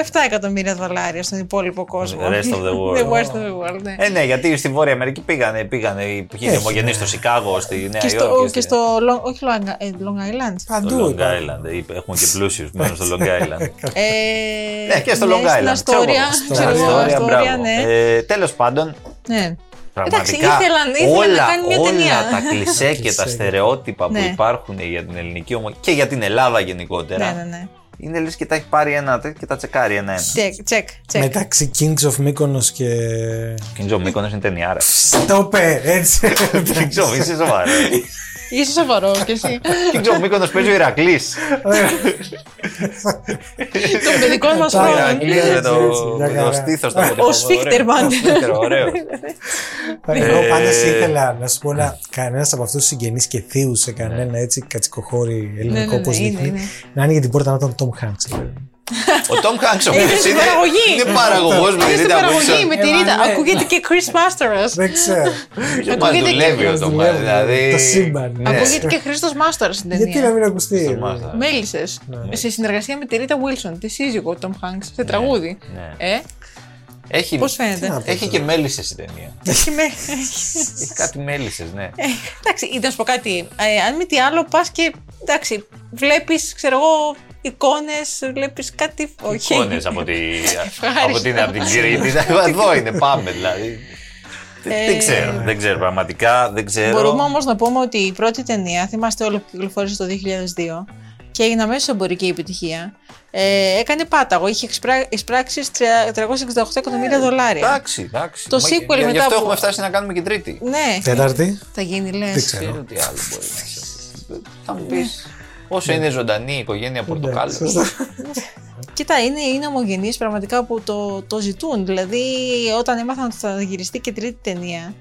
2,7 εκατομμύρια δολάρια στον υπόλοιπο κόσμο. The rest of the world. The rest of the world, ναι. Ε, ναι, γιατί στη Βόρεια Αμερική πήγανε, πήγανε οι ποιοι είναι ομογενεί στο Σικάγο, στη Νέα και Υόρκη. στο, και στη- στο Long, όχι Long, ε, Long Island. στο Παντού Long υπάρχει. Island. είπε, Έχουν και πλούσιους μένουν στο Long Island. Ε, Ναι, και στο Long Στην Island. Αστόρια. ξέρω εγώ, Αστόρια, Ε, ναι. Τέλος πάντων, ναι. πραγματικά ήθελαν- ήθελαν όλα, να κάνει μια όλα ταινία. τα κλισέ και τα στερεότυπα που Ναι. υπάρχουν για την ελληνική ομο... και για την Ελλάδα γενικότερα. Ναι, ναι, ναι. Είναι λες και τα έχει πάρει ένα τέτοιο και τα τσεκάρει ένα-ένα. Τσεκ, τσεκ, τσεκ. Μεταξύ Kings of Mykonos και. Κιντζο Μήκονο είναι ταινιάρα. Το πε, έτσι. Κιντζο, είσαι σοβαρό. Είσαι σοβαρός κι εσύ. Κιντζο Μήκονο παίζει ο Ηρακλής. Τον παιδικό μας Ο χρόνο. Ηρακλή με Ναι, το- έτσι, μια με το χαρά. στήθο το Ο Σφίχτερμαν. Ωραίο. Εγώ Ε, πάντω ήθελα να σου πω να κανένας από αυτούς τους συγγενείς και θείου σε Ναι. κανένα έτσι κατσικοχώρι Ναι, ναι, ελληνικό ναι, όπως είναι, δείχνει. είναι. Να ανοίγει την πόρτα να ήταν Tom Hanks. Ο Τόμ Χάνξ είναι, στην παραγωγή. είναι παραγωγός με Είναι τη στην Ρίτα παραγωγή Wilson. με τη Ε, Ρίτα. μα, ναι. Ακούγεται και Chris Ναι. Masters. Δεν ξέρω. Μα Ακούγεται δουλεύει και- ο Τόμ δουλεύει, Δηλαδή... το σύμπαν. Ναι. Ακούγεται και Χρήστος Μάστορα στην Γιατί να ταινία. μην ακουστεί. Μάλιστα. Μέλισσε. Σε συνεργασία με τη Ρίτα Wilson, τη σύζυγο του Tom Hanks, σε τραγούδι. Ναι. ναι. Ε, Έχει, πώς φαίνεται. έχει και μέλισσες η ταινία. Έχει με- ε? έχει κάτι μέλισσες, ναι. Ε, Εντάξει, ήταν να σου πω κάτι. Ε, αν μη τι άλλο, πας και. Εντάξει, βλέπεις, ξέρω εγώ, εικόνες, βλέπεις κάτι. Όχι. Εικόνες από, τη... Ευχάριστο. από την, από την Κρήτη. Εδώ είναι, πάμε δηλαδή. Δεν- Δεν ξέρω, δεν ξέρω πραγματικά, δεν ξέρω. Ε, Μπορούμε όμως να πούμε ότι η πρώτη ταινία, θυμάστε όλο που κυκλοφόρησε το 2002 και έγινε αμέσως εμπορική επιτυχία. Ε, έκανε πάταγο, είχε εξπρά- εισπράξει 368 εκατομμύρια Ε, δολάρια. Εντάξει, εντάξει. Το Μα- sequel γι- Γι' μετά αυτό που- έχουμε φτάσει να κάνουμε και τρίτη. Ναι, Τέταρτη. θα γίνει λες. Δεν ξέρω. ξέρω τι άλλο μπορεί να έχει. Θα Ε. μου πεις. Όσο είναι ζωντανή η οικογένεια Πορτοκάλου. Κοίτα, είναι, είναι ομογενεί πραγματικά που το, το ζητούν. Δηλαδή, όταν έμαθαν ότι θα γυριστεί και τρίτη ταινία.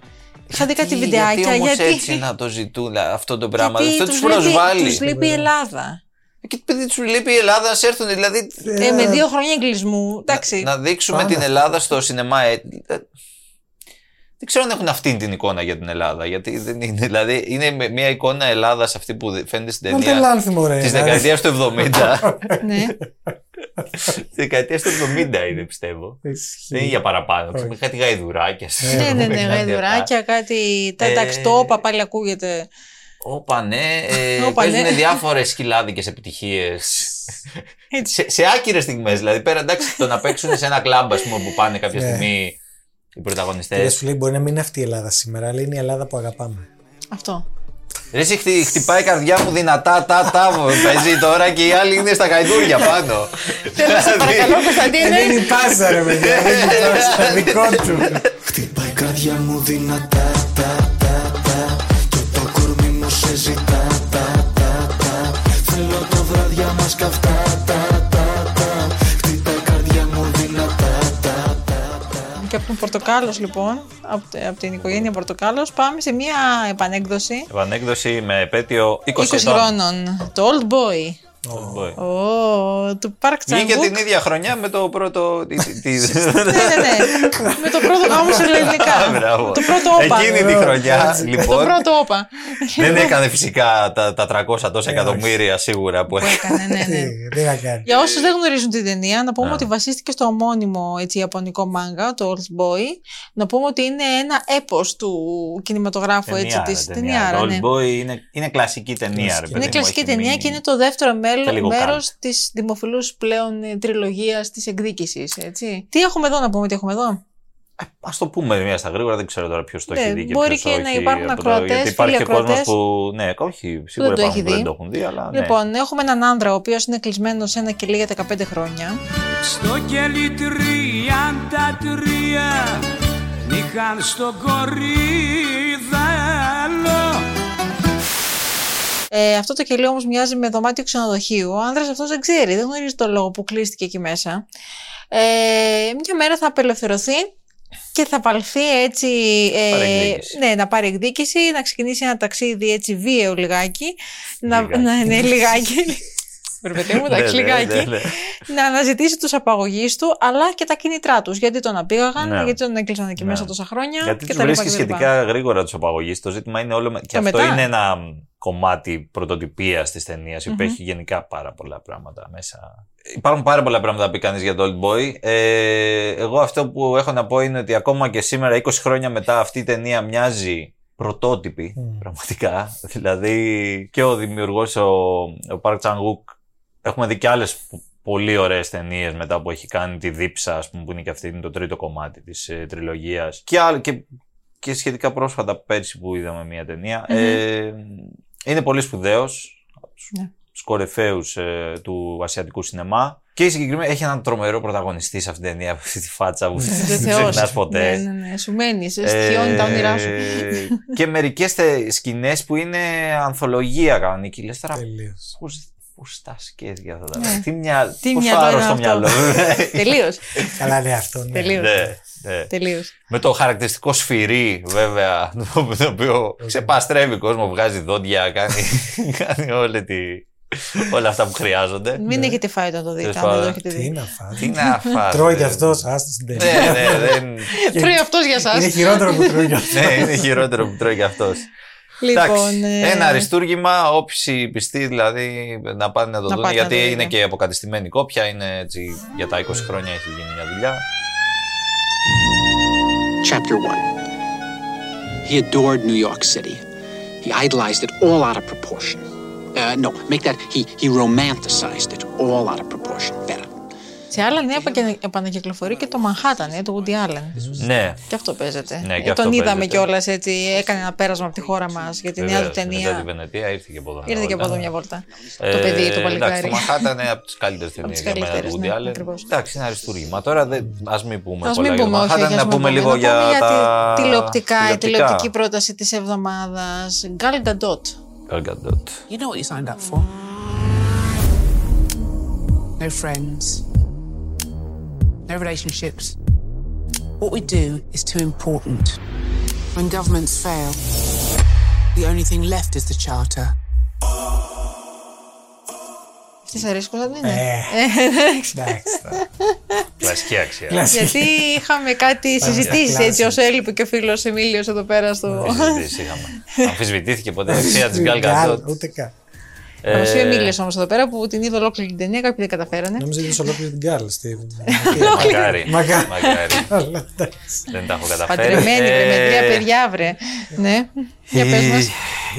Είχα δει κάτι βιντεάκια Γιατί όμως γιατί. έτσι να το ζητούν αυτό το πράγμα. γιατί Αυτό του λείπει- προσβάλλει. τους λείπει η Ελλάδα. Και επειδή τους λείπει η Ελλάδα, να σε έρθουν δηλαδή. Ε, με δύο χρόνια εγκλισμού. Εντάξει. Να δείξουμε την Ελλάδα στο σινεμά. ε, ε, Δεν ξέρω αν έχουν αυτή την εικόνα για την Ελλάδα. Γιατί δεν είναι. Δηλαδή είναι με- μια εικόνα Ελλάδας αυτή που δε- φαίνεται στην Βάλτε ταινία. λάνθιμο, ρε. Της δεκαετίας του 70. ναι. Της δεκαετίας του 70 είναι, πιστεύω. Ισχύει. Δεν είναι για παραπάνω. Ξέρω, Όχι. Κάτι γαϊδουράκια. Ναι, ναι, ναι, Κάτι αυτά. γαϊδουράκια, κάτι. Τα Ε, ταξτόπα πάλι ακούγεται. Όπα ναι, ε, Όπα, ναι. παίζουν διάφορες σκυλάδικες επιτυχίες Έτσι. σε, σε άκυρες στιγμές. Δηλαδή, πέρα εντάξει, το να παίξουν σε ένα κλαμπ ας πούμε, που πάνε κάποια Ναι. στιγμή οι Και δεν πρωταγωνιστέ. σου λέει μπορεί να μην είναι αυτή η Ελλάδα σήμερα, αλλά είναι η Ελλάδα που αγαπάμε. Αυτό. Ρε, εσύ χτυ- χτυπάει η καρδιά μου δυνατά, τα τα μου, παίζει τώρα και οι άλλοι είναι στα γαϊδούρια πάνω. δηλαδή. Σε παρακαλώ, Κωνσταντίνε. Ε, ναι. Δεν είναι η πάσα ρε παιδιά, δεν είναι η πάσα, δικό του. Χτυπάει η καρδιά μου δυνατά τα, τα, τα, Και το κορμί μου σε ζητά τα, τα, τα. Θέλω το βράδια μας καυτά τα, τα, τα. Χτυπάει η καρδιά μου δυνατά τα, τα, τα. Και από τον Πορτοκάλος, λοιπόν, από, από την οικογένεια Πορτοκάλος, πάμε σε μια επανέκδοση Επανέκδοση με επέτειο 20, 20 ετών. χρόνων. Το Old Boy. Boy. Ω, του Park Chan Βγήκε Wook. την ίδια χρονιά με το πρώτο. τη- τη- τη- Ναι, ναι, ναι. Με το πρώτο γάμο σε Α, ελληνικά. μπράβο. Το πρώτο όπα. Εκείνη τη χρονιά, Το λοιπόν. πρώτο όπα. Δεν έκανε φυσικά τα, τα 300 τόσα εκατομμύρια σίγουρα που Που έκανε. έκανε, ναι, ναι. Τι, Δεν θα κάνει. Για όσους δεν γνωρίζουν την ταινία, να πούμε ότι βασίστηκε στο ομώνυμο έτσι, ιαπωνικό μάγκα, το Old Boy. Να πούμε ότι είναι ένα έπος του κινηματογράφου έτσι, Ταινιάρα, της ταινιάρα. ταινιάρα. Το ναι. Old Boy είναι, είναι κλασική ταινία, ρε παιδί Είναι μου, κλασική έχει ταινία μείνει. και είναι το δεύτερο και λίγο μέλο, καν. μέρος της δημοφιλούς πλέον ε, τριλογίας της εκδίκησης, έτσι. Τι έχουμε εδώ να πούμε, τι έχουμε εδώ. Ας το πούμε μια στα γρήγορα, δεν ξέρω τώρα ποιος το Ναι, έχει δει. Και μπορεί ποιος και το να έχει υπάρχουν από τώρα, ακροατές, Γιατί υπάρχει φίλοι και κόσμο ακροατές. που. Ναι, όχι, σίγουρα το υπάρχουν έχει που δεν δει. το έχουν δει, αλλά. Ναι. Λοιπόν, έχουμε έναν άνδρα ο οποίος είναι κλεισμένος σε ένα κελί για 15 χρόνια. Στο κελί τριάντα τρία νυχαν στο κορίδαλο Ε, αυτό το κελί όμως μοιάζει με δωμάτιο ξενοδοχείου. Ο άνδρας αυτός δεν ξέρει, δεν γνωρίζει το λόγο που κλείστηκε εκεί μέσα. Ε, μια μέρα θα απελευθερωθεί και θα παλθεί έτσι. Πάρει Ε, εκδίκηση. ναι, να πάρει εκδίκηση, να ξεκινήσει ένα ταξίδι έτσι βίαιο λιγάκι. Να, Λιγάκι. να ναι, λιγάκι. Ρε παιδί μου, Ναι, ναι, εντάξει, λιγάκι. ναι, ναι. Να αναζητήσει τους απαγωγείς του, αλλά και τα κινητρά τους. Γιατί τον απήγαγαν, Ναι. γιατί τον έκλεισαν εκεί Ναι. μέσα τόσα χρόνια. Γιατί και τους τα λοιπά βρίσκει και τα λοιπά. σχετικά γρήγορα τους απαγωγείς. Το ζήτημα είναι όλο. με- Και αυτό μετά. είναι ένα κομμάτι πρωτοτυπίας της ταινίας, η οποία έχει γενικά πάρα πολλά πράγματα μέσα. Υπάρχουν πάρα πολλά πράγματα να πει κανείς για το Old Boy. Ε, εγώ αυτό που έχω να πω είναι ότι ακόμα και σήμερα, 20 χρόνια μετά, αυτή η ταινία μοιάζει πρωτότυπη, Μμμ. πραγματικά. Δηλαδή και ο δημιουργός, ο, ο Park Chan-wook, έχουμε δει και άλλες πο- πολύ ωραίες ταινίες μετά που έχει κάνει τη δίψα, ας πούμε, που είναι και αυτή είναι το τρίτο κομμάτι της ε, τριλογίας. Και, άλλ- και, και σχετικά πρόσφατα πέρσι που είδαμε μια ταινια Ε, είναι πολύ σπουδαίος, από τους- Ναι. τους κορυφαίους ε, του ασιατικού σινεμά. Και συγκεκριμένα έχει έναν τρομερό πρωταγωνιστή σε αυτήν την ταινία, αυτή τη φάτσα που Ο δεν Θεός. ξεχνάς ποτέ. Ναι, ναι, ναι. Σου μένεις, σε στοιχειώνει τα όνειρά σου. Ε, και μερικές σκηνές που είναι ανθολογία κανονική. Λες τώρα Τελείως. πώς τα σκέφτηκε αυτά τα πράγματα. Τι, μια, Ναι. Τι πώς μυαλό άρρωστο είναι αυτό. μυαλό. Τελείως. Καλά, ναι, αυτό. ναι. Τελείως. Ναι, ναι. Τελείως. Με το χαρακτηριστικό σφυρί, βέβαια, το το οποίο Ναι. ξεπαστρεύει κόσμος, βγάζει δόντια, κάνει, κάνει όλη τη- όλα αυτά που χρειάζονται. Μην έχετε φάει όταν το δείτε, Ναι. Τέλος αν δεν το πάντων. έχετε Τι δει. να φας. Τι να φας. Τρώει ρε. κι αυτός, άστο στην τελεία. Ναι, ναι, δεν- Τρώει αυτό Ε, για εσά. Είναι χειρότερο που τρώει κι αυτό. ναι, είναι χειρότερο που τρώει και αυτός. Λοιπόν. Εντάξει, ε, Ένα αριστούργημα, όψη πιστή, δηλαδή να πάνε να το Να δουν. πάτε να ναι. Γιατί το δείτε. είναι και αποκατεστημένη κόπια, είναι έτσι για τα 20 χρόνια έχει γίνει μια δουλειά. Chapter 1 He adored New York City. He idolized it all out of proportion. Uh, no, make that he, he romanticized it all out of proportion. Better. Σε άλλα νέα επαγκε- επανακυκλοφορεί και το Manhattan, ε, το Woody Allen. Ναι, Και αυτό παίζεται. Ναι, Ε, και αυτό τον είδαμε παίζεται. κιόλας έτσι. Έκανε ένα πέρασμα από τη χώρα μας για τη νέα βεβαίως, του Μετά τη ταινία. Βενετία ήρθε και από εδώ. Ήρθε και από εδώ μια βόλτα. Το παιδί, το Ε, Εντάξει, παλικάρι. το Μαχάτα είναι από τις καλύτερες ταινίε τις για μένα καλύτερες, του ναι, Woody Allen. ακριβώς. Εντάξει, είναι αριστούργημα. Τώρα ας μην πούμε Ας πολλά για μην το πούμε, όχι, Manhattan, όχι, ας να μην πούμε λίγο Να για πούμε τα τη- τηλεοπτικά, η τηλεοπτική πρόταση της εβδομάδας. Gal Gadot. Gal Gadot. You know what you signed up for. No friends. No relationships. What we do is too important. When governments fail, the only thing left is the charter. Της αρέσει Κωνσταντίνε. Ε, Εντάξει. τώρα. Κλασική αξία. Γιατί είχαμε κάτι συζητήσεις έτσι όσο έλειπε και ο φίλος Εμίλιος εδώ πέρα στο... Ναι. Αμφισβητήσεις είχαμε. Αμφισβητήθηκε ποτέ η αξία τη Gal Gadot. Γκάλ, Ούτε καν. Ε, Παρουσία Εμίλιο όμως εδώ πέρα που την είδε ολόκληρη την ταινία, κάποιοι δεν καταφέρανε. Νόμιζα είδες ολόκληρη την Γκάλ. στη- Μακάρι. Μακάρι. Μακάρι. Αλλά εντάξει. Δεν τα έχω καταφέρει. Παντρεμένη, βρε, με τρία Ε, παιδιά, βρε. Ναι, για πε ε, μα.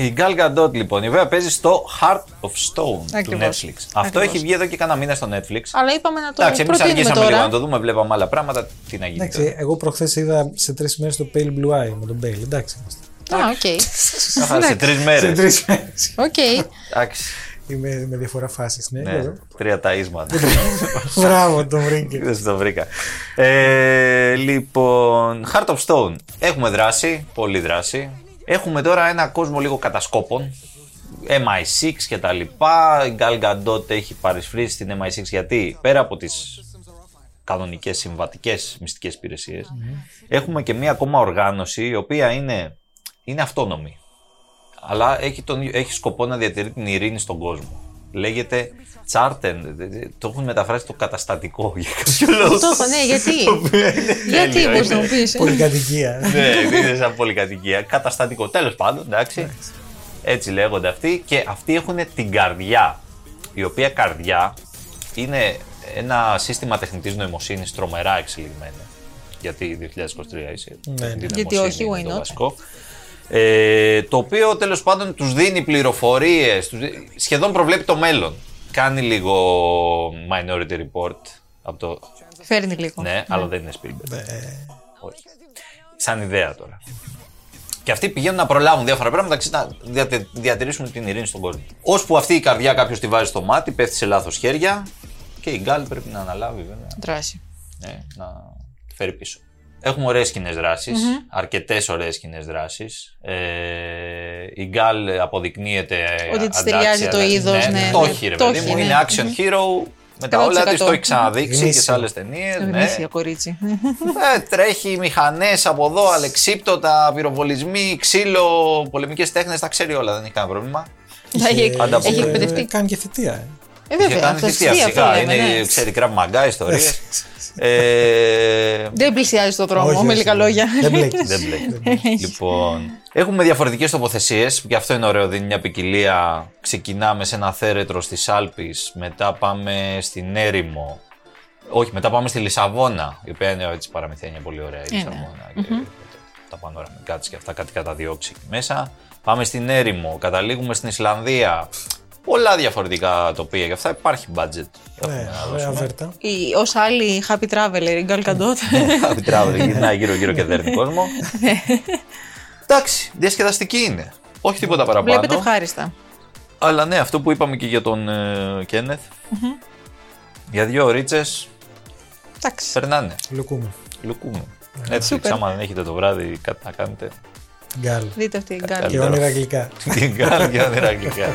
Η Gal Gadot λοιπόν, η οποία παίζει στο Heart of Stone του Netflix. Ακριβώς. Αυτό Ακριβώς. έχει βγει εδώ και κάνα μήνα στο Netflix. Αλλά είπαμε να το Εντάξει, εμείς προτείνουμε αργήσαμε λίγο τώρα. να το δούμε, βλέπαμε άλλα πράγματα. Τι να γίνει. Εντάξει, τώρα. εγώ προχθές είδα σε τρεις μέρες το Pale Blue Eye με τον Bale. Εντάξει. είμαστε. Α, οκ. Καθαρά, Ναι. Σε τρεις Σε μέρε. τρεις μέρες. Οκ. Εντάξει. Είμαι με διαφορά φάσης. Ναι, Ναι, βέβαια. τρία ταΐσματα. Μπράβο, τον βρήκες. Δεν σε το βρήκα. Ε, λοιπόν, Heart of Stone. Έχουμε δράση, πολύ δράση. Έχουμε τώρα ένα κόσμο λίγο κατασκόπων. MI6 και τα λοιπά. Η Gal Gadot έχει παρισφρήσει στην MI6 γιατί πέρα από τις κανονικές συμβατικές μυστικές υπηρεσίες, Ναι. έχουμε και μία ακόμα οργάνωση η οποία είναι, είναι αυτόνομη. Αλλά έχει, τον, έχει σκοπό να διατηρεί την ειρήνη στον κόσμο. Λέγεται Τσάρτεν. Το έχουν μεταφράσει το καταστατικό για κάποιο λόγο. Το έχω, ναι, γιατί. Το οποίο είναι Γιατί τέλειο, μπορεί να είναι. μου πεις. Πολυκατοικία. Ναι, είναι σαν πολυκατοικία. Καταστατικό. Τέλος πάντων, εντάξει. Έτσι λέγονται αυτοί. Και αυτοί έχουν την καρδιά. Η οποία καρδιά είναι ένα σύστημα τεχνητής νοημοσύνης τρομερά εξελιγμένο. Γιατί 2023 είσαι. τεχνητή Γιατί νοημοσύνη όχι, είναι why το not? βασικό. Ε, το οποίο τέλος πάντων τους δίνει πληροφορίες, σχεδόν προβλέπει το μέλλον. Κάνει λίγο minority report από το Φέρνει λίγο. ναι, αλλά δεν είναι Spielberg. Όχι. Σαν ιδέα τώρα. Και αυτοί πηγαίνουν να προλάβουν διάφορα πράγματα και να διατε- διατηρήσουν την ειρήνη στον κόσμο. Ώσπου αυτή η καρδιά κάποιος τη βάζει στο μάτι, πέφτει σε λάθος χέρια και η Γκάλ πρέπει να αναλάβει βέβαια Δράση. ναι, να τη φέρει πίσω. Έχουμε ωραίες κοινέ δράσεις, αρκετές ωραίες κοινέ δράσεις. Ε, η Γκάλ αποδεικνύεται Ότι της αντάξια, ταιριάζει το δηλαδή, είδος, ναι, ναι. το έχει ρε Το παιδί έχει, μου, ναι. είναι action hero, με τα 100%. όλα της το έχει ξαναδείξει και σε Γνήσιο. άλλες ταινίες. Ναι. Γνήσια κορίτσι. Ε, τρέχει μηχανές από εδώ, αλεξίπτωτα, πυροβολισμοί, ξύλο, πολεμικές τέχνες, τα ξέρει όλα, δεν έχει κανένα πρόβλημα. Τα έχει- ανταποκρίνεται. Έχει εκπαιδευτεί. Ε, Κάνει και θητεία. ε. Ε, Είχε βέβαια. κάνει αυτό θητεία ισχύει, αυτό φυσικά, λέμε, ναι. είναι, ξέρει, κραβ μαγκά, ιστορίες. ε, Δεν πλησιάζει το Όχι, δρόμο, όχι, με λίγα όχι. λόγια. Δεν Ναι, μπλέκεις. Δεν μπλέκεις. λοιπόν, έχουμε διαφορετικές τοποθεσίες. Γι' αυτό είναι ωραίο, δίνει μια ποικιλία. Ξεκινάμε σε ένα θέρετρο στις Άλπε, μετά πάμε στην Έρημο. Όχι, μετά πάμε στη Λισαβόνα, η οποία είναι έτσι παραμυθένια πολύ ωραία. Η Ε, ναι. Λισαβόνα και τα πανοραμικά της και αυτά, κάτι καταδιώξει εκεί μέσα. Πάμε στην Έρημο, καταλήγουμε στην Ισλανδία. Πολλά διαφορετικά τοπία και αυτά υπάρχει budget. Ναι, ωραία βέρτα. Η- Ως άλλη happy traveler, η Γκάλ Καντότ. Happy travel, γυρνάει γύρω-γύρω και δέρνει κόσμο. Εντάξει, διασκεδαστική είναι. Όχι τίποτα Βλέπετε παραπάνω. ευχάριστα. Αλλά ναι, αυτό που είπαμε και για τον ε, Κένεθ. Για δύο ρίτσε Εντάξει. περνάνε. Λουκούμε. Λουκούμε. Έτσι, Σούπερ. άμα δεν έχετε το βράδυ κάτι να κάνετε. Γκάλ. Δείτε αυτή η Γκάλ. Και όνειρα αγγλικά. Την κάνετε για όνειρα αγγλικά.